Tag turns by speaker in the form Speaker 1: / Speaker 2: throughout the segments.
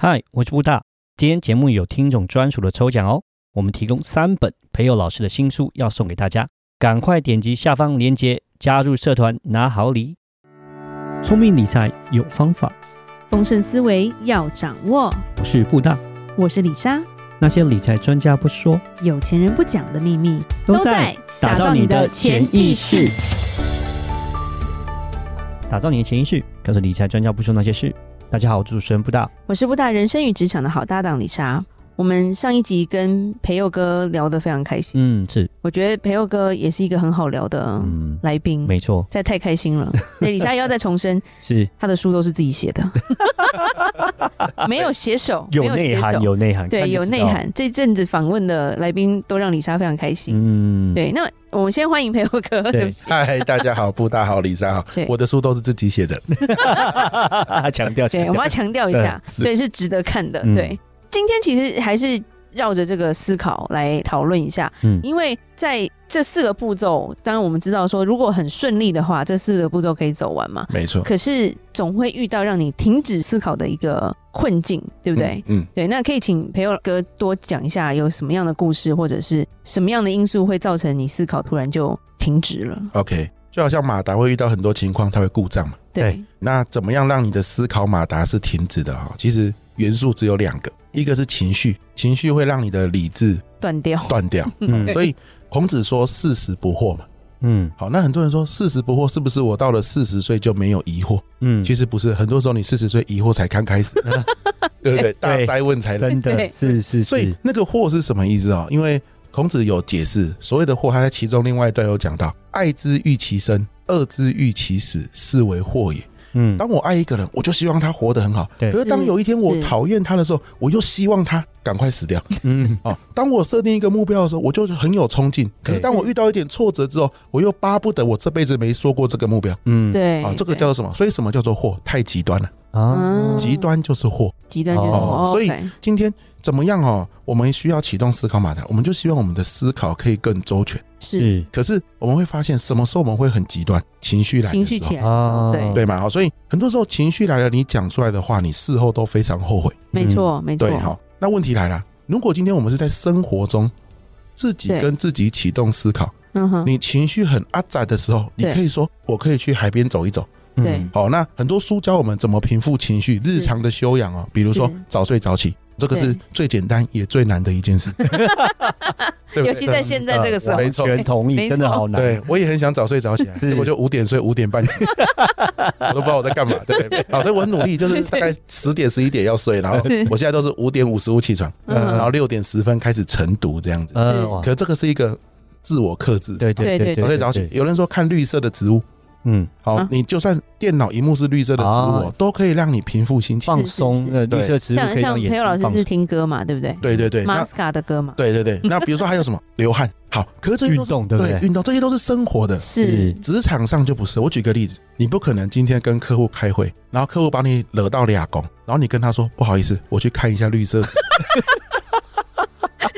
Speaker 1: 嗨，我是布大。今天节目有听众专属的抽奖哦，我们提供三本培佑老师的新书要送给大家，赶快点击下方链接加入社团拿好礼。聪明理财有方法，
Speaker 2: 丰盛思维要掌握。
Speaker 1: 我是布大。
Speaker 2: 我是李莎，
Speaker 1: 那些理财专家不说，
Speaker 2: 有钱人不讲的秘密
Speaker 1: 打造你的潜意识。，打造你的潜意识，告诉理财专家不说那些事。大家好，我是主持人布大。
Speaker 2: 我是布大人生与职场的好搭档李莎。我们上一集跟培佑哥聊得非常开心，
Speaker 1: 嗯，是，
Speaker 2: 我觉得培佑哥也是一个很好聊的
Speaker 1: 嗯，
Speaker 2: 来宾，
Speaker 1: 没错，
Speaker 2: 实在太开 心了。对，李莎也要再重申，
Speaker 1: 是
Speaker 2: 他的书都是自己 写的，没有写手，
Speaker 1: 有
Speaker 2: 没
Speaker 1: 内
Speaker 2: 写手
Speaker 1: 涵，有内涵，看
Speaker 2: 对，
Speaker 1: 就
Speaker 2: 有
Speaker 1: 知
Speaker 2: 内
Speaker 1: 道。
Speaker 2: 涵。这阵子访问的来宾都让李莎非常开心。
Speaker 1: 嗯，
Speaker 2: 对，那我们先欢迎培佑哥， 对不
Speaker 1: 对
Speaker 2: 起，
Speaker 3: 嗨，大 家好，布大好，李莎好
Speaker 2: 对，嗯
Speaker 3: 我的书都是自己写的，
Speaker 1: 强调，
Speaker 2: 对，
Speaker 1: 强
Speaker 2: 我们
Speaker 1: 调
Speaker 2: 要强调一下，
Speaker 3: 嗯是
Speaker 2: 对，是值得看的。
Speaker 1: 嗯
Speaker 2: 对，今天其实还是绕着这个思考来讨论一下，
Speaker 1: 嗯
Speaker 2: 因为在这四个步骤，当然我们知道说，如果很顺利的话，这四个步骤可以走完嘛。
Speaker 3: 没错，
Speaker 2: 可是总会遇到让你停止思考的一个困境，对不对？
Speaker 3: 嗯？嗯，
Speaker 2: 对，那可以请培友哥多讲一下，有什么样的故事，或者是什么样的因素会造成你思考突然就停止了？
Speaker 3: o k 嗯就好像马达会遇到很多情况，它会故障嘛。
Speaker 2: 对
Speaker 1: 对，
Speaker 3: 那怎么样让你的思考马达是停止的哈？其实元素只有两个，一个是情绪，情绪会让你的理智
Speaker 2: 断掉。
Speaker 3: 断 掉，
Speaker 1: 嗯
Speaker 3: 所以孔子说四十不惑嘛。
Speaker 1: 嗯
Speaker 3: 好，那很多人说四十不惑是不是我到了四十岁就没有疑惑？
Speaker 1: 嗯，
Speaker 3: 其实不是，很多时候你四十岁疑惑才刚 开始，对不对？大灾问才来。
Speaker 1: 真的
Speaker 2: 对
Speaker 1: 是是
Speaker 3: 所以
Speaker 1: 是，
Speaker 3: 那个祸是什么意思哦？因为孔子有解释，所谓的祸，他在其中另外一段有讲到：爱之欲其生，恶之欲其死，是为祸也。
Speaker 1: 嗯
Speaker 3: 当我爱一个人，我就希望他活得很好。
Speaker 1: 对
Speaker 3: 可是当有一天我讨厌他的时候，我又希望他赶快 死掉。
Speaker 1: 嗯
Speaker 3: 哦，当我设定一个目标的时候，我就是很有冲劲。可是当我遇到一点挫折之后，我又巴不得我这辈子没说过这个目标。
Speaker 1: 嗯
Speaker 2: 对，
Speaker 3: 啊，这个
Speaker 2: 对
Speaker 3: 叫做什么？所以什么叫做祸？太极端了，
Speaker 1: 啊
Speaker 2: 嗯
Speaker 3: 极端就是祸。
Speaker 2: 极端就是什么
Speaker 3: 哦所以
Speaker 2: OK
Speaker 3: 今天怎么样哦？我们需要启动思考马达，我们就希望我们的思考可以更周全。
Speaker 2: 是
Speaker 1: 是
Speaker 3: 可是我们会发现，什么时候我们会很极端，情绪来的
Speaker 2: 情绪
Speaker 3: 时候
Speaker 2: 起来的时候，
Speaker 1: 啊
Speaker 2: 对，
Speaker 3: 对嘛？哦好，所以很多时候情绪来了，你讲出来的话，你事后都非常后悔。
Speaker 2: 没
Speaker 1: 嗯
Speaker 2: 错，没错
Speaker 3: 对，，好，那问题来了，如果今天我们是在生活中自己
Speaker 2: 对
Speaker 3: 跟自己启动思考，
Speaker 2: 嗯哼，
Speaker 3: 你情绪很阿杂的时候，你
Speaker 2: 对
Speaker 3: 可以说我可以去海边走一走。
Speaker 2: 对
Speaker 1: 嗯
Speaker 3: 好，那很多书教我们怎么平复情绪，日常的修养哦，比如说
Speaker 2: 是
Speaker 3: 早睡早起，这个是
Speaker 2: 对
Speaker 3: 最简单也最难的一 件事，对
Speaker 2: 尤
Speaker 3: 不
Speaker 2: 其
Speaker 3: 对？
Speaker 2: 在现在这个时候嗯
Speaker 1: 我，完全同
Speaker 2: 没
Speaker 1: 意，
Speaker 2: 错
Speaker 1: 真的好难，
Speaker 3: 对，我也很想早睡早起来，啊
Speaker 1: 是
Speaker 3: 结果就五点睡五点半起， 我都不知道我在干嘛，对不对？好，所以我很努力， 就是大概十点十一点要睡，然后
Speaker 2: 是
Speaker 3: 我现在都是五点五十五起床，
Speaker 1: 嗯
Speaker 2: 嗯，
Speaker 3: 然后六点十分开始晨读这样子。
Speaker 1: 呃
Speaker 2: 是
Speaker 1: 哇
Speaker 3: 可这个是一个自我克制，
Speaker 1: 对对
Speaker 2: 对
Speaker 1: 对
Speaker 2: 对
Speaker 1: 对，
Speaker 3: 早睡早起。
Speaker 1: 对，
Speaker 3: 有人说看绿色的植物，
Speaker 1: 嗯，
Speaker 3: 好
Speaker 2: 啊，
Speaker 3: 你就算电脑荧幕是绿色的植物
Speaker 1: 啊
Speaker 3: 哦，都可以让你平复心情。
Speaker 1: 放松，
Speaker 2: 是
Speaker 1: 呃，绿色植物
Speaker 2: 像
Speaker 1: 可以
Speaker 2: 像
Speaker 1: 让眼
Speaker 2: 培友老
Speaker 1: 睛
Speaker 2: 师
Speaker 1: 放
Speaker 2: 是
Speaker 1: 松，
Speaker 2: 听歌嘛，对不对
Speaker 3: 对对对，那
Speaker 2: ？Masca 的歌嘛，
Speaker 3: 对对 对，那比如说还有什么流汗，好，可是这些都
Speaker 1: 运
Speaker 3: 是
Speaker 1: 动，对不对？
Speaker 3: 运动，这些都是生活的。
Speaker 2: 是
Speaker 3: 职场上就不是。我举个例子，你不可能今天跟客户开会，然后客户把你惹到俩拱，然后你跟他说不好意思，我去看一下 绿色。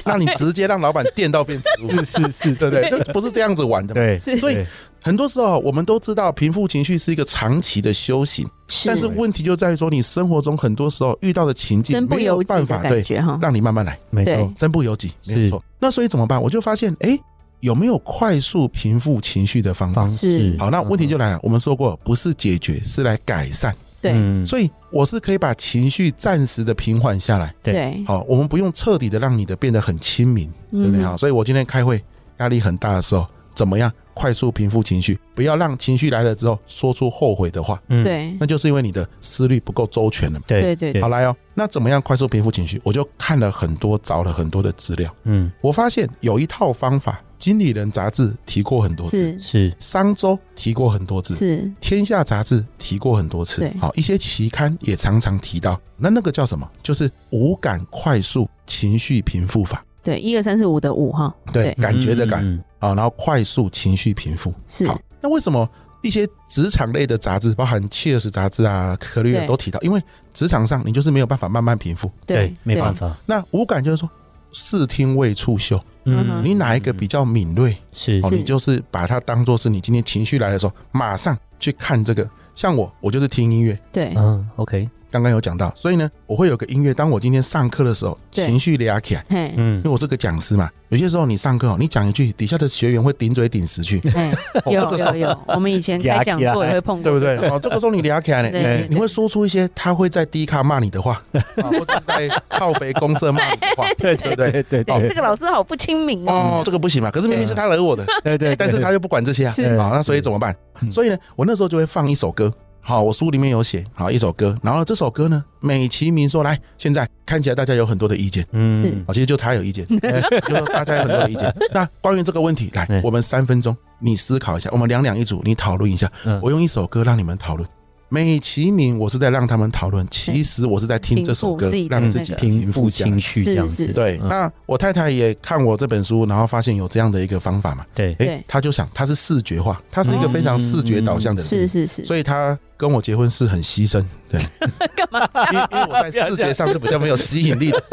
Speaker 3: 那你直接让老板电到变植物，
Speaker 1: 是是是，
Speaker 3: 对不对？就不是这样子玩的嘛。
Speaker 1: 对，
Speaker 2: 是
Speaker 3: 所以
Speaker 1: 对
Speaker 3: 很多时候我们都知道，平复情绪是一个长期的修行，
Speaker 2: 是
Speaker 3: 但是问题就在于说，你生活中很多时候遇到的情境
Speaker 2: 身不
Speaker 3: 没
Speaker 2: 由
Speaker 3: 有
Speaker 2: 己
Speaker 3: 办
Speaker 2: 的
Speaker 3: 法
Speaker 2: 感
Speaker 3: 对，
Speaker 2: 觉哈，
Speaker 3: 让你慢慢来。
Speaker 1: 没错
Speaker 2: 对，
Speaker 3: 身不由己，
Speaker 1: 是
Speaker 3: 没有错。那所以怎么办？我就发现，哎，有没有快速平复情绪的方法
Speaker 1: 方？式
Speaker 2: 是
Speaker 3: 好，那问题就来了，我们说过，不是解决，是来改善。
Speaker 2: 对
Speaker 1: 嗯
Speaker 3: 所以我是可以把情绪暂时的平缓下来。
Speaker 1: 对
Speaker 2: 对，嗯
Speaker 3: 好，我们不用彻底的让你的变得很亲民，对不对？好，所以我今天开会压力很大的时候，怎么样快速平复情绪？不要让情绪来了之后说出后悔的话，
Speaker 1: 嗯
Speaker 2: 对
Speaker 3: 那就是因为你的思虑不够周全了嘛。
Speaker 1: 对
Speaker 2: 对对
Speaker 3: 好，来哦，那怎么样快速平复情绪？我就看了很多，找了很多的资料。
Speaker 1: 嗯
Speaker 3: 我发现有一套方法，《经理人》杂志提过很多
Speaker 2: 是
Speaker 3: 次，
Speaker 1: 是
Speaker 3: 商周提过很多次，
Speaker 2: 是
Speaker 3: 天下杂志提过很多次
Speaker 2: 对，
Speaker 3: 好，一些期刊也常常提到。那那个叫什么？就是无感快速情绪平复法，
Speaker 2: 对，一二三四五的五哈，
Speaker 3: 对，
Speaker 2: 对
Speaker 3: 感觉的感啊、
Speaker 1: 嗯
Speaker 3: 好然后快速情绪平复。
Speaker 2: 是
Speaker 3: 好，那为什么？一些职场类的杂志，包含《Cheers》杂志啊、《可绿
Speaker 2: 对
Speaker 3: 都提到，因为职场上你就是没有办法慢慢平复。
Speaker 2: 对，
Speaker 1: 没办
Speaker 2: 法，
Speaker 1: 法，
Speaker 3: 那无感就是说，视听未触嗅，
Speaker 2: 嗯
Speaker 1: 嗯，
Speaker 3: 你哪一个比较敏锐，
Speaker 1: 是
Speaker 3: 哦，
Speaker 2: 是
Speaker 3: 你就是把它当做是你今天情绪来的时候，马上去看这个。像我，我就是听音乐，
Speaker 2: 对
Speaker 1: 嗯，OK，
Speaker 3: 刚刚有讲到，所以呢，我会有个音乐，当我今天上课的时候，
Speaker 2: 对
Speaker 3: 情绪拉起来，
Speaker 2: 嘿，
Speaker 1: 嗯
Speaker 3: 因为我是个讲师嘛，有些时候你上课哦，你讲一句，底下的学员会顶嘴顶 死去，
Speaker 2: 嘿，
Speaker 3: 哦，这
Speaker 2: 有
Speaker 3: 个时候
Speaker 2: 有 有，我们以前开讲座也会碰
Speaker 3: 对
Speaker 2: 过，
Speaker 3: 不对？哦，这个时候你聊起来
Speaker 2: 对
Speaker 3: 呢，
Speaker 2: 对
Speaker 1: 哎，
Speaker 3: 你会说出一些他会在低卡骂你 的话，啊或者在靠北公社骂你的话
Speaker 1: 对对对对
Speaker 2: 对，
Speaker 1: 对
Speaker 2: 这个老师好不亲民哦。
Speaker 3: 哦，这个不行嘛，可是明明是他惹我的，
Speaker 1: 对对，
Speaker 3: 但是他又不管这些啊，
Speaker 2: 是
Speaker 3: 啊，那所以怎么办
Speaker 1: 嗯？
Speaker 3: 所以呢，我那时候就会放一首歌。好，我书里面有写好一首歌，然后这首歌呢，美其名说来，现在看起来大家有很多的意见，
Speaker 1: 嗯
Speaker 3: 好，其实就他 有意见，对就大家有很多的意见。那关于这个问题，来
Speaker 1: 嗯，
Speaker 3: 我们三分钟，你思考一下，我们两两一组，你讨论一下
Speaker 1: 嗯。
Speaker 3: 我用一首歌让你们讨论。美其名我是在让他们讨论，其实我是在听这首
Speaker 2: 平复
Speaker 3: 歌
Speaker 2: 自己，的
Speaker 3: 让自
Speaker 2: 那
Speaker 3: 己
Speaker 2: 个
Speaker 1: 平复
Speaker 3: 情
Speaker 1: 情
Speaker 3: 绪。
Speaker 1: 绪这样
Speaker 2: 是
Speaker 1: 子，
Speaker 2: 是
Speaker 3: 对，
Speaker 1: 嗯
Speaker 3: 那我太太也看我这本书，然后发现有这样的一个方法嘛，
Speaker 1: 对
Speaker 2: 对
Speaker 3: 诶，她就想，她是视觉化，她是一个非常视觉导向的
Speaker 2: 嗯
Speaker 3: 人，
Speaker 2: 是是是，
Speaker 3: 所以她跟我结婚是很牺牲，对，
Speaker 2: 干嘛？
Speaker 3: 因为因为我在视觉上是比较没有吸引 力的，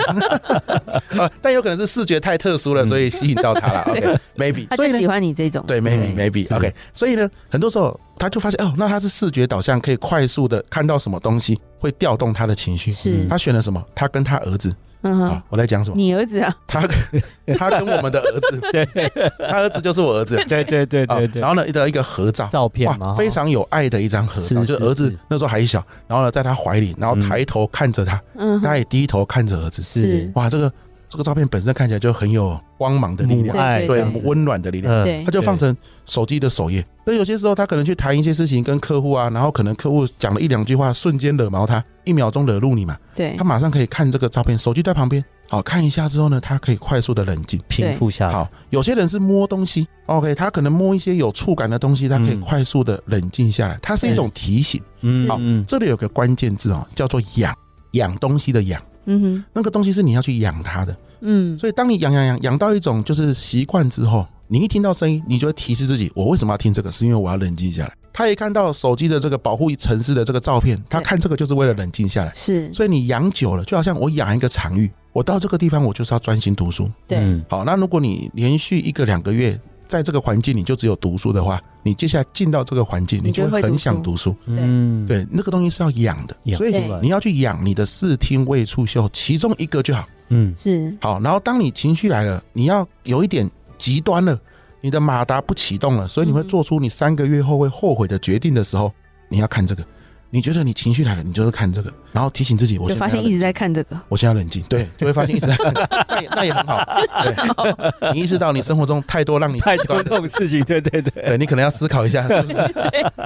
Speaker 3: 呃，但有可能是视觉太特殊了，
Speaker 1: 嗯
Speaker 3: 所以吸引到他 了。OK，maybe，、
Speaker 2: 他就
Speaker 3: 所以
Speaker 2: 喜
Speaker 3: 呢，
Speaker 2: 欢你这种，
Speaker 3: 对
Speaker 1: 对是
Speaker 3: ，maybe，maybe，OK，、所以呢，很多时候他就发现，哦，那他是视觉导向，可以快速的看到什么东西，会调动他的情绪。
Speaker 2: 是
Speaker 1: 嗯，
Speaker 3: 他选了什么？他跟他儿子
Speaker 2: 嗯
Speaker 3: 啊、
Speaker 2: 哼，
Speaker 3: 我在讲什么？
Speaker 2: 你儿子啊，
Speaker 3: 他他跟 我们的儿子，
Speaker 1: 对
Speaker 3: 他儿子就是我 儿子
Speaker 1: 对对对
Speaker 3: 啊、
Speaker 1: 对对
Speaker 3: 然，后呢，一的一个合照，
Speaker 1: 照片嘛，
Speaker 3: 哇，非常有爱的一张合
Speaker 1: 是
Speaker 3: 照，就是是儿子
Speaker 1: 是
Speaker 3: 那时候还小，然后呢，在他怀里，然后
Speaker 1: 嗯
Speaker 3: 抬头看着他，
Speaker 2: 嗯
Speaker 3: 他
Speaker 2: 哼，
Speaker 3: 也嗯低头看着儿子，
Speaker 1: 是
Speaker 3: 哇，这个这个照片本身看起来就很有光芒的力
Speaker 1: 母
Speaker 3: 量，
Speaker 1: 爱，
Speaker 3: 对
Speaker 2: 对对，
Speaker 3: 温暖的力量，
Speaker 1: 嗯
Speaker 2: 对
Speaker 3: 他就放成手机的首页。所以有些时候他可能去谈一些事情跟客户啊，然后可能客户讲了一两句话，瞬间惹毛他，一秒钟惹怒你嘛，
Speaker 2: 对
Speaker 3: 他，马上可以看这个照片，手机在旁边，好看一下之后呢，他可以快速的冷静。
Speaker 1: 平复下来，
Speaker 3: 好，有些人是摸东西，OK，他可能摸一些有触感的东西，他可以
Speaker 1: 嗯
Speaker 3: 快速的冷静下来，它是一种提醒。
Speaker 1: 嗯
Speaker 2: 是
Speaker 1: 嗯
Speaker 3: 这里有个关键字哦，叫做养，养东西的养，
Speaker 2: 嗯
Speaker 3: 那个东西是你要去养它的。
Speaker 2: 哼，嗯，
Speaker 3: 所以当你养养养养到一种就是习惯之后，你一听到声音，你就会提示自己，我为什么要听这个？是因为我要冷静下来。他一看到手机的这个保护城市的这个照片，他
Speaker 2: 对
Speaker 3: 看这个就是为了冷静下来。
Speaker 2: 是，
Speaker 3: 所以你养久了，就好像我养一个场域，我到这个地方我就是要专心读书。
Speaker 2: 对，
Speaker 1: 嗯
Speaker 3: 好，那如果你连续一个两个月在这个环境，你就只有读书的话，你接下来进到这个环境，
Speaker 2: 你
Speaker 3: 你
Speaker 2: 就
Speaker 3: 就
Speaker 2: 会
Speaker 3: 会
Speaker 2: 读
Speaker 3: 很
Speaker 2: 书
Speaker 3: 想读书。
Speaker 1: 嗯，
Speaker 3: 对，那个东西是要养的，
Speaker 1: 养
Speaker 3: 所以
Speaker 2: 对
Speaker 1: 出来
Speaker 3: 你要去养你的视听味触嗅其中一个就好。
Speaker 1: 嗯
Speaker 2: 是，
Speaker 3: 好，然后当你情绪来了，你要有一点极端了，你的马达不启动了，所以你会
Speaker 2: 嗯哼
Speaker 3: 做出你三个月后会后悔的决定的时候，你要看这个。你觉得你情绪来了，你就是看这个，然后提醒自己，我
Speaker 2: 就
Speaker 3: 现
Speaker 2: 发
Speaker 3: 在要
Speaker 2: 现
Speaker 3: 冷
Speaker 2: 一直
Speaker 3: 静
Speaker 2: 在看这个，
Speaker 3: 我现在要冷静，对，就会发现一直在 看，那也那也很好。对，你意识到你生活中太多让你
Speaker 1: 太
Speaker 3: 极
Speaker 1: 多
Speaker 3: 端
Speaker 1: 这
Speaker 3: 的，
Speaker 1: 种事情，对对对，
Speaker 3: 对你可能要思考一下，是不是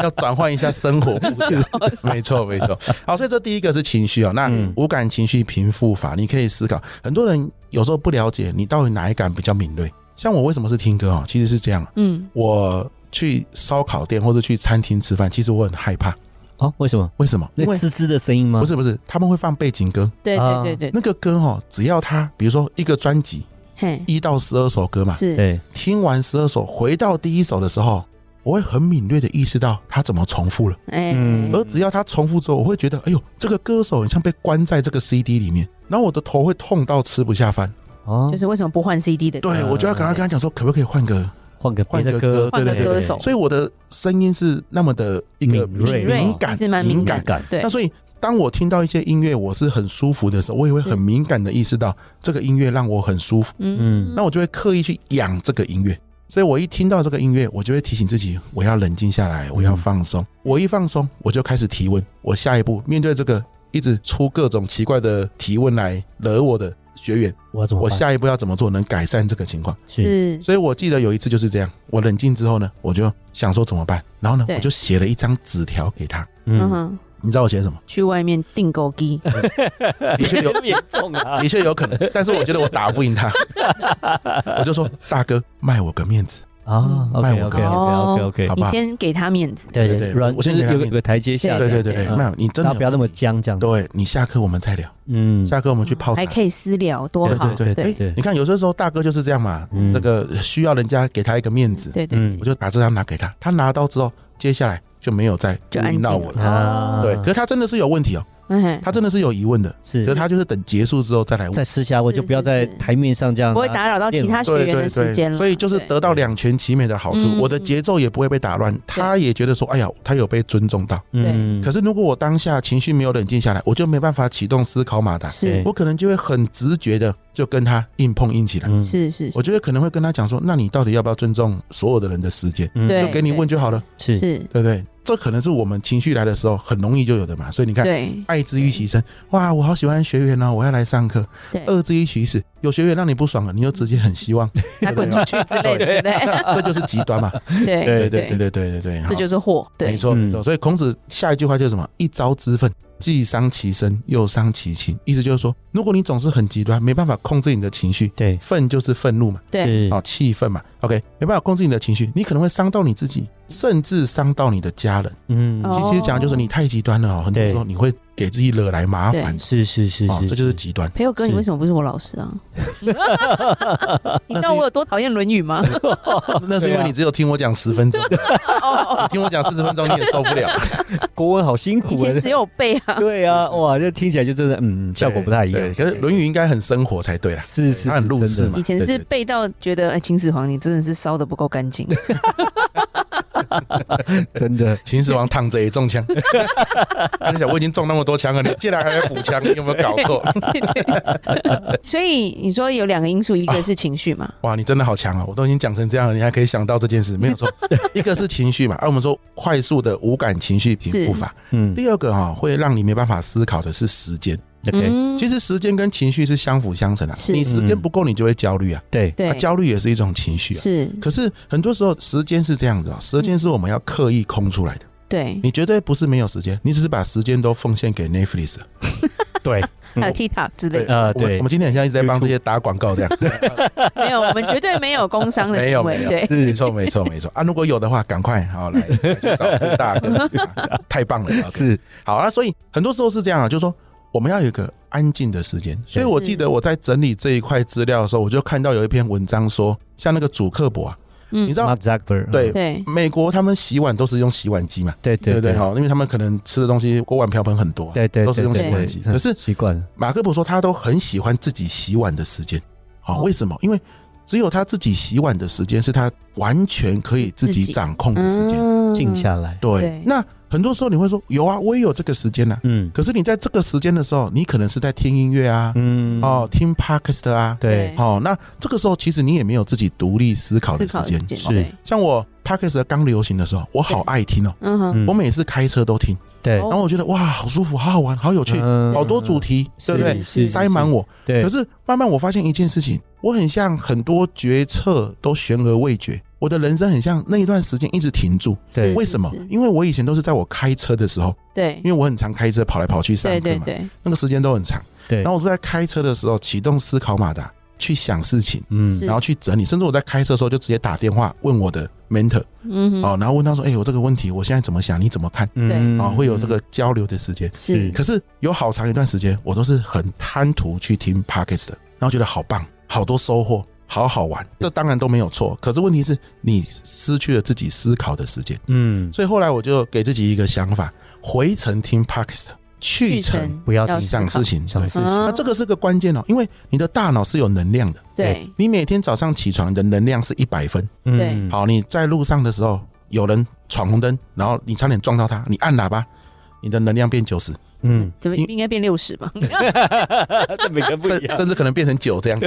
Speaker 3: 要转换一下生活步调？没错，没错。好，所以这第一个是情绪哦，那
Speaker 1: 嗯
Speaker 3: 无感情绪平复法，你可以思考。很多人有时候不了解你到底哪一感比较敏锐。像我为什么是听歌哦？其实是这样，
Speaker 2: 嗯，
Speaker 3: 我去烧烤店或者去餐厅吃饭，其实我很害怕。
Speaker 1: 哦，为什么？
Speaker 3: 为什么？
Speaker 1: 那
Speaker 3: 因为
Speaker 1: 滋滋的声音吗？
Speaker 3: 不，是不是，他们会放背景歌，
Speaker 2: 对
Speaker 1: 啊
Speaker 2: 对对对，
Speaker 3: 那个歌哦，只要他比如说一个专辑
Speaker 2: 嘿，
Speaker 3: 一到十二首歌嘛，
Speaker 2: 是，
Speaker 1: 对，
Speaker 3: 听完十二首回到第一首的时候，我会很敏锐的意识到它怎么重复了。
Speaker 2: 哎，
Speaker 1: 嗯
Speaker 3: 而只要它重复之后，我会觉得，哎呦，这个歌手很像被关在这个 CD 里面，然后我的头会痛到吃不下饭。嗯
Speaker 1: 哦，
Speaker 2: 就是为什么不换 CD 的歌？
Speaker 3: 对，我就要赶快跟他讲说，可不可以换个？
Speaker 1: 换个别的歌，
Speaker 3: 换个歌对对对
Speaker 2: 换个歌手
Speaker 3: 所以我的声音是那么的一个
Speaker 1: 敏锐
Speaker 3: 敏感，
Speaker 2: 是蛮
Speaker 1: 敏
Speaker 2: 敏
Speaker 1: 感
Speaker 2: 感，
Speaker 1: 感，
Speaker 2: 对
Speaker 3: 那，所以。当我听到一些音乐，我是很舒服的时候，我也会
Speaker 2: 是
Speaker 3: 很敏感的意识到这个音乐让我很舒服，
Speaker 1: 嗯
Speaker 3: 那我就会刻意去养这个音乐。所以我一听到这个音乐，我就会提醒自己，我要冷静下来，我要放松。我一放松，我就开始提问，我下一步面对这个一直出各种奇怪的提问来惹我的学员，
Speaker 1: 我要怎么
Speaker 3: 我
Speaker 1: 办
Speaker 3: 下一步要怎么做能改善这个情况？
Speaker 2: 是
Speaker 3: 所以我记得有一次就是这样，我冷静之后呢，我就想说怎么办，然后呢，
Speaker 2: 对
Speaker 3: 我就写了一张纸条给他。
Speaker 2: 嗯
Speaker 1: 嗯，
Speaker 2: 哼，
Speaker 3: 你知道我写什么？
Speaker 2: 去外面订狗机，
Speaker 3: 的 确有，
Speaker 1: 有严重啊，
Speaker 3: 的确有可能，但是我觉得我打不赢他， 我就说大哥，卖我个面子，
Speaker 1: 啊
Speaker 2: 嗯
Speaker 1: ，OK
Speaker 3: 卖我
Speaker 1: OK
Speaker 3: 干嘛
Speaker 1: OK OK
Speaker 3: 好
Speaker 1: OK，
Speaker 2: 你
Speaker 3: 吧
Speaker 2: 先给他面子，
Speaker 1: 对
Speaker 3: 对
Speaker 1: 对，
Speaker 3: 对
Speaker 1: 软
Speaker 3: 我先
Speaker 1: 就是
Speaker 3: 给他
Speaker 1: 有个
Speaker 3: 面
Speaker 1: 有个台阶下，
Speaker 3: 对
Speaker 2: 对对
Speaker 3: 对对对，
Speaker 1: 嗯
Speaker 3: 卖我你真
Speaker 1: 然
Speaker 3: 的
Speaker 1: 后不要那么
Speaker 3: 有
Speaker 1: 僵，这样，
Speaker 3: 对你下课我们再聊。
Speaker 1: 嗯，
Speaker 3: 下课我们去泡茶
Speaker 2: 还。可以私聊，多
Speaker 3: 对
Speaker 2: 好，
Speaker 3: 对
Speaker 1: 对
Speaker 3: 对哎
Speaker 1: 对
Speaker 2: 对
Speaker 1: 对
Speaker 3: 你，看，有些时候大哥就是这样嘛
Speaker 1: 嗯，
Speaker 3: 这个需要人家给他一个面子，
Speaker 2: 对对，
Speaker 1: 嗯
Speaker 3: 我就把这张拿给他，他拿到之后，接下来就没有再
Speaker 2: 就安静
Speaker 3: 闹我了。
Speaker 1: 啊，
Speaker 3: 对，可是他真的是有问题哦，
Speaker 2: 哎，
Speaker 3: 他真的是有疑问的，可是
Speaker 1: 是
Speaker 3: 他就是等结束之后再来问。
Speaker 1: 在私下问，
Speaker 2: 是
Speaker 1: 就不要在
Speaker 2: 是是
Speaker 1: 台面上这样。
Speaker 2: 不会打扰到其他学员的时间了。
Speaker 3: 所以就是
Speaker 2: 对
Speaker 3: 得到两全其美的好处
Speaker 2: 嗯，
Speaker 3: 我的节奏也不会被打乱，他也觉得说，哎呀，他有被尊重到。
Speaker 1: 嗯，
Speaker 3: 可
Speaker 1: 是
Speaker 3: 是如果我当下情绪没有冷静下来，我就没办法启动思考马达，
Speaker 2: 是
Speaker 3: 我可能就会很直觉的就跟他硬碰硬起来。
Speaker 1: 嗯
Speaker 2: 是是
Speaker 3: 我
Speaker 2: 是，
Speaker 3: 觉得可能会跟他讲说，那你到底要不要尊重所有的人的时间？
Speaker 2: 对
Speaker 3: 就给你问就好了，
Speaker 1: 嗯是
Speaker 2: 是，
Speaker 3: 对不对？这可能是我们情绪来的时候很容易就有的嘛。所以你看，
Speaker 2: 对
Speaker 3: 爱之欲其生，哇，我好喜欢学员哦，我要来上课。
Speaker 2: 对，
Speaker 3: 恶之欲其死，有学员让你不爽了，你就直接很希望，
Speaker 2: 他滚出去之类的，对不对？
Speaker 3: 这就是极端嘛。
Speaker 2: 对
Speaker 1: 对
Speaker 3: 对对对，对对对
Speaker 2: 这
Speaker 3: 对，好
Speaker 2: 就是祸，对
Speaker 3: 没，错
Speaker 1: 嗯
Speaker 3: 没错。所以孔子下一句话就是什么？一朝之愤，既伤其身，又伤其情。意思就是说，如果你总是很极端，没办法控制你的情绪，
Speaker 1: 对，
Speaker 3: 愤就是愤怒嘛，
Speaker 2: 对
Speaker 1: 是
Speaker 3: 哦，气愤嘛，OK，没办法控制你的情绪，你可能会伤到你自己，甚至伤到你的家人。
Speaker 1: 嗯，
Speaker 2: 哦
Speaker 3: 其实讲就是你太极端了哦，很多时候你会给自己惹来麻烦。
Speaker 1: 是是是
Speaker 3: 哦
Speaker 1: 是，，
Speaker 3: 这就是极 端。
Speaker 2: 培佑哥，你
Speaker 1: 是
Speaker 2: 为什么不是我老师啊？你知道我有多讨厌《论语》吗？
Speaker 1: 啊
Speaker 3: 那是因为你只有听我讲十分 钟，
Speaker 2: 哦，
Speaker 3: 听我讲四十分钟你也受不了。
Speaker 1: 啊国文好辛苦
Speaker 2: 以前
Speaker 1: 啊。
Speaker 2: 只有背啊，
Speaker 1: 对啊，哇，这听起来就真的，嗯， 效果不太一样
Speaker 3: 对。可是《论语》应该很生活才对啦，
Speaker 1: 是是，
Speaker 3: 它很入世嘛。
Speaker 2: 以前
Speaker 3: 对
Speaker 2: 是
Speaker 3: 对对
Speaker 2: 背到觉得，哎，秦始皇你真的是烧的不够干净，
Speaker 1: 真的，
Speaker 3: 秦始皇躺着也中枪， 他就想我已经中那么多枪了，你竟然还来补枪，你有没有搞错？
Speaker 2: 所以你说有两个因素，一个是情绪嘛，
Speaker 3: 哇，你真的好强哦！我都已经讲成这样了，你还可以想到这件事，没 有错。一个是情绪嘛，啊而、我们说快速的无感情绪平复法。
Speaker 1: 嗯，
Speaker 3: 第二个哈、会让你没办法思考的是时间。
Speaker 1: 对
Speaker 2: 嗯，
Speaker 3: 其实时间跟情绪是相辅相成的、
Speaker 2: 是
Speaker 3: 你时间不够，你就会焦虑啊。
Speaker 1: 对，
Speaker 2: 对
Speaker 3: 啊，焦虑也是一种情绪啊。
Speaker 2: 是，
Speaker 3: 可是很多时候，时间是这样子啊、时间是我们要刻意空出来的。
Speaker 2: 对，
Speaker 3: 你绝对不是没有时间，你只是把时间都奉献给 Netflix 了。
Speaker 1: 对，
Speaker 2: 还有 TikTok 之类的，
Speaker 1: 啊
Speaker 3: 我们
Speaker 1: 对
Speaker 3: 我们今天很像一直在帮这些打广告这样。
Speaker 2: 没 有，我们绝对没有工伤的
Speaker 3: 没
Speaker 2: 行
Speaker 3: 有
Speaker 2: 为
Speaker 3: 没，有
Speaker 2: 对，
Speaker 3: 没
Speaker 1: 是
Speaker 3: 错没错没错啊！如果有的话，赶快好来来去找布大哥，啊太棒了！OK
Speaker 1: 是，
Speaker 3: 好啊，所以很多时候是这样啊，就是说我们要有一个安静的时间。所以我记得我在整理这一块资料的时候，我就看到有一篇文章说，像那个主克伯啊，
Speaker 2: 嗯
Speaker 3: 你知道
Speaker 1: Mark Zuckerberg，嗯
Speaker 3: 对
Speaker 2: 对，
Speaker 3: 美国他们洗碗都是用洗碗机嘛，
Speaker 1: 对
Speaker 3: 对
Speaker 1: 对
Speaker 3: 不对？
Speaker 1: 对，
Speaker 3: 哈，因为他们可能吃的东西锅碗瓢盆很多啊，
Speaker 1: 对对，
Speaker 3: 都是用
Speaker 1: 对
Speaker 3: 洗碗
Speaker 1: 对
Speaker 3: 机
Speaker 1: 对嗯
Speaker 3: 可是
Speaker 1: 习惯了，
Speaker 3: 马克伯说他都很喜欢自己洗碗的时间。好、
Speaker 2: 哦
Speaker 3: 为什么？因为只有他自己洗碗的时间是他完全可以自己掌控的时间。
Speaker 2: 嗯
Speaker 1: 静下来，
Speaker 3: 对，
Speaker 2: 对
Speaker 3: 那很多时候你会说有啊，我也有这个时间呐、
Speaker 1: 嗯
Speaker 3: 可是你在这个时间的时候，你可能是在听音乐啊，
Speaker 1: 嗯，
Speaker 3: 哦，，听 podcast 啊，
Speaker 1: 对，
Speaker 3: 哦，那这个时候其实你也没有自己独立思考的
Speaker 2: 思
Speaker 3: 时
Speaker 2: 考
Speaker 3: 间。
Speaker 2: 的
Speaker 1: 是
Speaker 2: 时间，对
Speaker 3: 像我 podcast 刚流行的时候，我好爱听哦，
Speaker 2: 嗯
Speaker 1: 嗯
Speaker 2: 哼，
Speaker 3: 我每哦次开车都听，
Speaker 1: 对，
Speaker 3: 然后我觉得哇，好舒服，好好玩，好有趣，
Speaker 1: 嗯
Speaker 3: 好多主题，对不对？
Speaker 1: 是
Speaker 3: 塞满，我，
Speaker 1: 是对，
Speaker 3: 可
Speaker 1: 是
Speaker 3: 是慢慢我发现一件事情，我很像很多决策都悬而未决，我的人生很像那一段时间一直停住。
Speaker 1: 对
Speaker 2: 是
Speaker 3: 为什么
Speaker 2: 是是？
Speaker 3: 因为我以前都是在我开车的时候，
Speaker 2: 对
Speaker 3: 因为我很常开车跑来跑去上
Speaker 2: 对
Speaker 3: 课
Speaker 2: 对
Speaker 3: 嘛，
Speaker 2: 对，
Speaker 3: 那个时间都很长。
Speaker 1: 对
Speaker 3: 然后我都在开车的时候启动思考马达去想事情，
Speaker 1: 嗯
Speaker 2: 是
Speaker 3: 然后去整理，甚至我在开车的时候就直接打电话问我的 mentor
Speaker 2: 嗯哼，
Speaker 3: 哦，然后问他说：“哎、我这个问题我现在怎么想？你怎么看？”
Speaker 1: 嗯
Speaker 3: 啊、会有这个交流的时间。
Speaker 2: 是
Speaker 1: 嗯
Speaker 3: 可是有好长一段时间，我都是很贪图去听 podcast 的，然后觉得好棒，好多收获，好好玩，这当然都没有错。可是问题是你失去了自己思考的时间，
Speaker 1: 嗯，
Speaker 3: 所以后来我就给自己一个想法：回程听 podcast，去程
Speaker 1: 不要
Speaker 2: 要
Speaker 1: 提
Speaker 2: 思
Speaker 3: 想
Speaker 2: 考
Speaker 3: 事情。
Speaker 1: 想
Speaker 3: 对，
Speaker 1: 事情，
Speaker 2: 嗯
Speaker 3: 那这个是个关键哦，因为你的大脑是有能量的。
Speaker 2: 对
Speaker 3: 你每天早上起床，你的能量是一百分。
Speaker 1: 嗯，
Speaker 3: 好，你在路上的时候，有人闯红灯，然后你差点撞到他，你按喇叭，你的能量变九十，
Speaker 1: 嗯，
Speaker 2: 怎么
Speaker 3: 因
Speaker 2: 应该变六十吧？
Speaker 1: 这每个人不一
Speaker 3: 甚
Speaker 1: 样，
Speaker 3: 甚至可能变成九这样。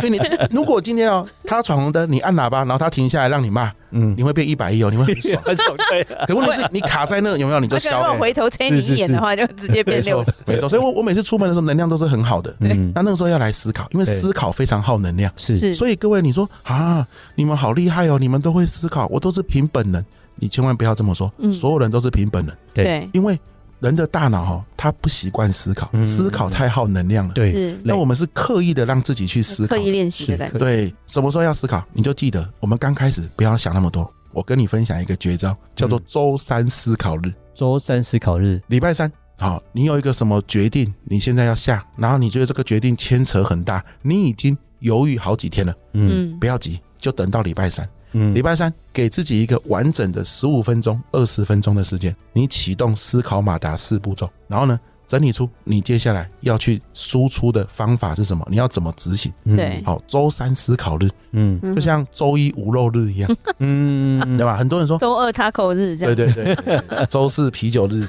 Speaker 3: 所以你如果今天哦，他闯红灯，你按喇叭，然后他停下来让你骂，
Speaker 1: 嗯
Speaker 3: 你，会变一百一哦，你会 很爽。
Speaker 1: 很少对啊，
Speaker 3: 可问题是你卡在那有没有？你 就
Speaker 2: 他可能如
Speaker 3: 消
Speaker 2: 果
Speaker 3: 费。
Speaker 2: 回头催你一眼的话，就直接
Speaker 3: 没
Speaker 2: 变
Speaker 3: 错
Speaker 2: 六十。，
Speaker 3: 没错。所以我我每次出门的时候能量都是很好的。
Speaker 1: 嗯，
Speaker 3: 那那个时候要来思考，因为
Speaker 1: 对
Speaker 3: 思考非常耗能量。
Speaker 1: 是
Speaker 2: 是
Speaker 3: 所以各位，你说啊，你们好厉害哦，你们都会思考，我都是凭本能。你千万不要这么说，
Speaker 2: 嗯
Speaker 3: 所有人都是凭本能，
Speaker 2: 对
Speaker 3: 因为人的大脑哈，他不习惯思考，
Speaker 1: 嗯
Speaker 3: 思考太耗能量了。
Speaker 1: 对，
Speaker 2: 是
Speaker 3: 那我们是刻意的让自己去思考
Speaker 2: 刻，意练习的
Speaker 1: 是
Speaker 2: 感觉，
Speaker 1: 可以
Speaker 3: 对，什么时候要思考，你就记得我们刚开始不要想那么多。我跟你分享一个绝招，叫做
Speaker 1: 嗯
Speaker 3: 周三思考日，
Speaker 1: 周三思考日，
Speaker 3: 礼拜三。好，你有一个什么决定，你现在要下，然后你觉得这个决定牵扯很大，你已经犹豫好几天了，
Speaker 1: 嗯，
Speaker 2: 嗯
Speaker 3: 不要急，就等到礼拜三。
Speaker 1: 嗯
Speaker 3: 礼拜三给自己一个完整的十五分钟、二十分钟的时间，你启动思考马达四步骤，然后呢，整理出你接下来要去输出的方法是什么，你要怎么执行。
Speaker 1: 嗯
Speaker 2: 对
Speaker 3: 好，周三思考日
Speaker 1: 嗯
Speaker 2: 嗯
Speaker 3: 就像周一无肉日一样，
Speaker 1: 嗯，
Speaker 3: 对吧？很多人说，
Speaker 2: 周二 taco 日这
Speaker 3: 对
Speaker 2: 样，
Speaker 3: 对对，对对周四啤酒日，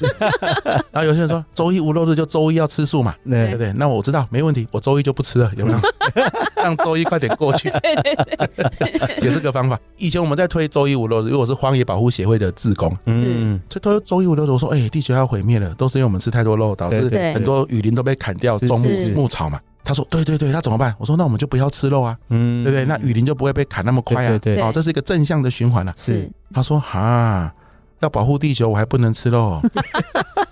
Speaker 3: 然后有些人说周一无肉日就周一要吃素嘛，对不
Speaker 1: 对，
Speaker 3: 对？那我知道没问题，我周一就不吃了，有没 有？让周一快点过去，
Speaker 2: 对对对，
Speaker 3: 也是个方法。以前我们在推周一无肉日，因为我是荒野保护协会的志工，
Speaker 1: 嗯
Speaker 3: 这都周一五六的，我说，哎、地球要毁灭了，都是因为我们吃太多肉，导
Speaker 1: 对
Speaker 3: 致
Speaker 1: 对
Speaker 3: 很多雨林都被砍掉，
Speaker 1: 是
Speaker 3: 种
Speaker 2: 是
Speaker 3: 牧牧草嘛。他说，对对对，那怎么办？我说，那我们就不要吃肉啊，
Speaker 1: 嗯，
Speaker 3: 对不对？那雨林就不会被砍那么快啊。
Speaker 1: 对对
Speaker 2: 对
Speaker 3: 哦，这是一个正向的循环啊。
Speaker 1: 是
Speaker 2: 是
Speaker 3: 他说，哈，要保护地球，我还不能吃肉、哦，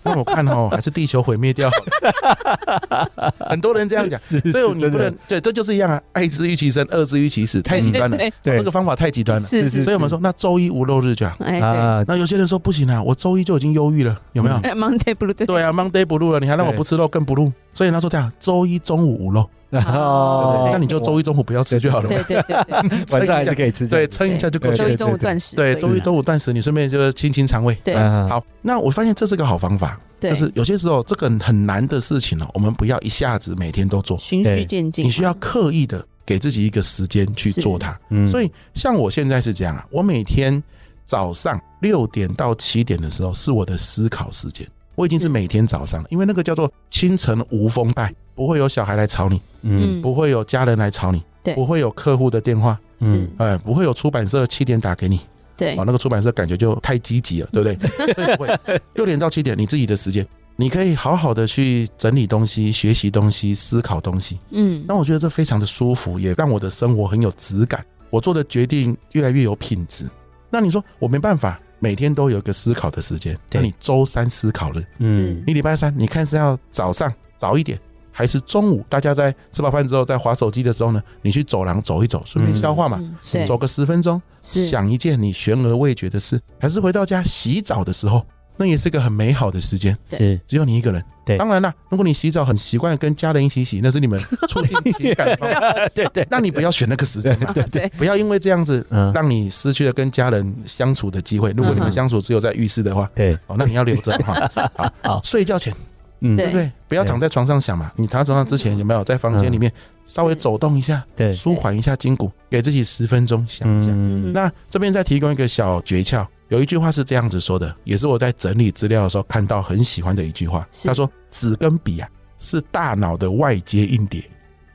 Speaker 3: 那我看哦，还是地球毁灭掉好了。 很多人这样讲，
Speaker 1: 是，
Speaker 3: 所以你
Speaker 1: 真
Speaker 3: 不
Speaker 1: 的
Speaker 3: 能对，这就是一样啊，爱之欲其生，恶之欲其死，太极端
Speaker 2: 嗯
Speaker 3: 了。
Speaker 2: 对
Speaker 1: 对
Speaker 3: 这个方法太极端了，
Speaker 2: 是
Speaker 1: 是
Speaker 2: 是，
Speaker 3: 所以我们说，那周一无肉日就好。
Speaker 2: 哎对，
Speaker 1: 啊，
Speaker 3: 那有些人说不行啊，我周一就已经忧郁了，有没有？
Speaker 1: 嗯
Speaker 2: 哎 Monday Blue 对
Speaker 3: 对啊，Monday 不录了，你还让我
Speaker 1: 对
Speaker 3: 不吃肉更不录。所以他说这样，周一中午无肉，对不
Speaker 1: 哦
Speaker 3: 对，那你就周一中午不要吃就好了嘛
Speaker 2: 对，对对对，
Speaker 1: 晚上还是可以吃，
Speaker 3: 对，撑一下就过去
Speaker 2: 周
Speaker 3: 了。
Speaker 2: 一中午断食，
Speaker 3: 对，周一中午断食，你顺便就是清清肠胃。
Speaker 2: 对
Speaker 1: 嗯，
Speaker 3: 好，那我发现这是个好方法，
Speaker 2: 对，
Speaker 3: 就是有些时候这个很难的事情呢，哦我们不要一下子每天都做，
Speaker 2: 循序渐进，
Speaker 3: 你需要刻意的给自己一个时间去做它。
Speaker 1: 嗯，
Speaker 3: 所以像我现在是这样啊，我每天早上六点到七点的时候是我的思考时间，我已经是
Speaker 2: 嗯
Speaker 3: 每天早上了，因为那个叫做清晨无风带，不会有小孩来吵你，
Speaker 1: 嗯
Speaker 3: 不会有家人来吵你，
Speaker 2: 对
Speaker 3: 不会有客户的电话，
Speaker 2: 是
Speaker 1: 嗯，
Speaker 3: 哎、不会有出版社七点打给你，
Speaker 2: 对
Speaker 3: 哦，那个出版社感觉就太积极了，对不对？所以不会，六点到七点你自己的时间。你可以好好的去整理东西、学习东西、思考东西，
Speaker 2: 嗯
Speaker 3: 那我觉得这非常的舒服，也让我的生活很有质感。我做的决定越来越有品质。那你说我没办法，每天都有一个思考的时间。
Speaker 1: 对
Speaker 3: 那你周三思考日，
Speaker 1: 嗯
Speaker 3: 你礼拜三，你看是要早上早一点，还是中午？大家在吃饱饭之后，在划手机的时候呢，你去走廊走一走，顺便消化嘛，
Speaker 2: 嗯对
Speaker 3: 走个十分钟，
Speaker 2: 是
Speaker 3: 想一件你悬而未决的事，还是回到家洗澡的时候，那也是个很美好的时间。
Speaker 1: 是
Speaker 3: 只有你一个人。
Speaker 1: 对
Speaker 3: 当然啦，如果你洗澡很习惯跟家人一起洗，那是你们 促进情感方面。
Speaker 1: 对对，
Speaker 3: 那你不要选那个时 间嘛，
Speaker 2: 啊对
Speaker 3: 不要因为这样子
Speaker 1: 嗯，
Speaker 3: 让你失去了跟家人相处的机会。如果
Speaker 2: 嗯
Speaker 3: 你们
Speaker 2: 哼
Speaker 3: 相处只有在浴室的话，
Speaker 1: 对，
Speaker 3: 哦，那你要留着 哈。
Speaker 1: 好
Speaker 3: 好，睡觉前
Speaker 1: 嗯
Speaker 3: 对不对？不要躺在床上想嘛，你躺在床上之前有没有在房间里面稍微走动一下，
Speaker 1: 对，
Speaker 3: 舒缓一下筋骨，给自己十分钟想一下。
Speaker 1: 嗯
Speaker 3: 那这边再提供一个小诀窍，有一句话是这样子说的，也是我在整理资料的时候看到很喜欢的一句话。
Speaker 2: 是
Speaker 3: 他说：“纸跟笔啊，是大脑的外接硬碟。比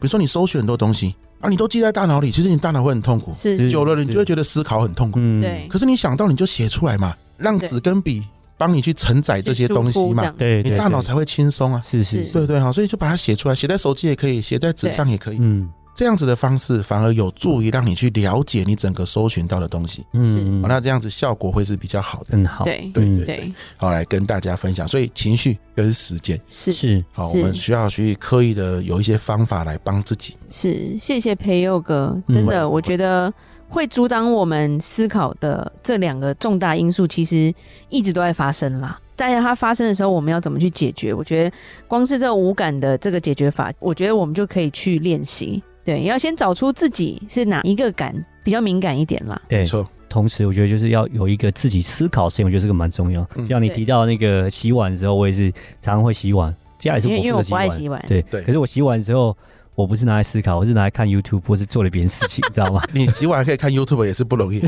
Speaker 3: 如说你搜寻很多东西啊，你都记在大脑里，其实你大脑会很痛苦，
Speaker 2: 是
Speaker 3: 久了你就会觉得思考很痛苦。
Speaker 1: 嗯
Speaker 2: 对
Speaker 3: 可是你想到你就写出来嘛，让
Speaker 2: 对
Speaker 3: 纸跟笔帮你去承载这些东西嘛，，
Speaker 1: 对，
Speaker 3: 你大脑才会轻松啊。”
Speaker 1: 是是
Speaker 3: 对对哈，所以就把它写出来，写在手机也可以，写在纸上也可以。
Speaker 1: 嗯
Speaker 3: 这样子的方式反而有助于让你去了解你整个搜寻到的东西。
Speaker 1: 嗯，
Speaker 3: 哦那这样子效果会是比较好的。
Speaker 1: 真好，
Speaker 2: 对
Speaker 3: 对对对，
Speaker 2: 对
Speaker 3: 好来跟大家分享。所以情绪跟时间，
Speaker 2: 是
Speaker 1: 是
Speaker 3: 好，我
Speaker 2: 是
Speaker 3: 们需要去刻意的有一些方法来帮自己。
Speaker 2: 是，谢谢培佑哥，
Speaker 1: 嗯
Speaker 2: 真
Speaker 3: 不会
Speaker 2: 的，
Speaker 3: 不
Speaker 2: 我
Speaker 3: 会
Speaker 2: 觉得会阻挡我们思考的这两个重大因素，其实一直都在发生啦。但是它发生的时候，我们要怎么去解决？我觉得光是这五感的这个解决法，我觉得我们就可以去练习。对，要先找出自己是哪一个感比较敏感一点啦。
Speaker 1: 对
Speaker 3: 没。错，
Speaker 1: 同时，我觉得就是要有一个自己思考的时间，我觉得这个蛮重要。
Speaker 3: 嗯
Speaker 1: 像你提到那个洗碗的时候，我也是常常会洗碗，家也是
Speaker 2: 因
Speaker 1: 我
Speaker 2: 为因为我
Speaker 1: 负责
Speaker 2: 不爱
Speaker 1: 洗
Speaker 2: 洗碗
Speaker 1: 碗，，对。
Speaker 3: 对
Speaker 1: 可是我洗碗的时候，我不是拿来思考，我是拿来看 YouTube 或是做了别人事情，你知 道吗？
Speaker 3: 你洗碗可以看 YouTube 也是不容易。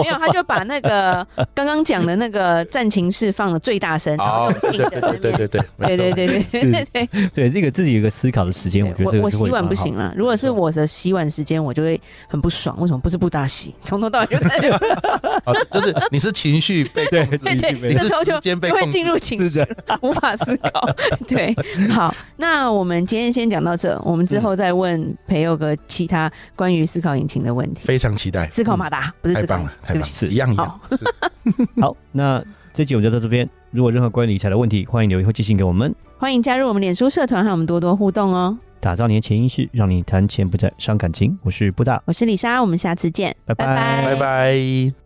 Speaker 2: 没有他就把那 个刚刚讲的那个暂停式放的最大声，然后
Speaker 3: 对
Speaker 2: 用
Speaker 3: 哦对
Speaker 2: 听的
Speaker 3: 对对对对，
Speaker 2: 对对
Speaker 3: 没错。
Speaker 2: 对对对对。
Speaker 1: 对，这个自己有一个思考的时间，我觉
Speaker 2: 对
Speaker 1: 得这
Speaker 2: 我
Speaker 1: 个
Speaker 2: 我
Speaker 1: 是会
Speaker 2: 洗碗
Speaker 1: 蛮
Speaker 2: 不
Speaker 1: 好
Speaker 2: 行
Speaker 1: 的。
Speaker 2: 啦，如果是我的洗碗时间，我就会很不爽。为什么不是不打洗？从头到尾就在那边
Speaker 3: 啊，就是你是情绪被
Speaker 1: 对
Speaker 3: 控 制
Speaker 2: 对对，
Speaker 3: 你
Speaker 2: 那
Speaker 3: 是
Speaker 2: 时候就
Speaker 3: 时间被
Speaker 2: 就会
Speaker 3: 控制
Speaker 2: 进入情
Speaker 1: 是
Speaker 2: 绪，
Speaker 1: 的，
Speaker 2: 无法思考。对，好，那我们今天先讲到这，我们
Speaker 1: 嗯
Speaker 2: 之后再问培佑哥其他关于思考引擎的问题。
Speaker 3: 非常期待，
Speaker 2: 思考马达不是
Speaker 3: 太
Speaker 2: 思考
Speaker 3: 棒
Speaker 2: 引
Speaker 3: 了
Speaker 2: 擎，，
Speaker 3: 太
Speaker 2: 对
Speaker 3: 棒
Speaker 2: 不
Speaker 3: 了
Speaker 2: 起。，
Speaker 3: 一样一样
Speaker 2: 好。，
Speaker 1: 好，那这集我们就到这边。如果有任何关于理财的问题，欢迎留言或寄信给我们。
Speaker 2: 欢迎加入我们脸书社团，和我们多多互动哦。
Speaker 1: 打造你的潜意识，让你谈钱不再伤感情。我是布大，
Speaker 2: 我是李莎，我们下次见，
Speaker 1: 拜拜
Speaker 3: 拜拜。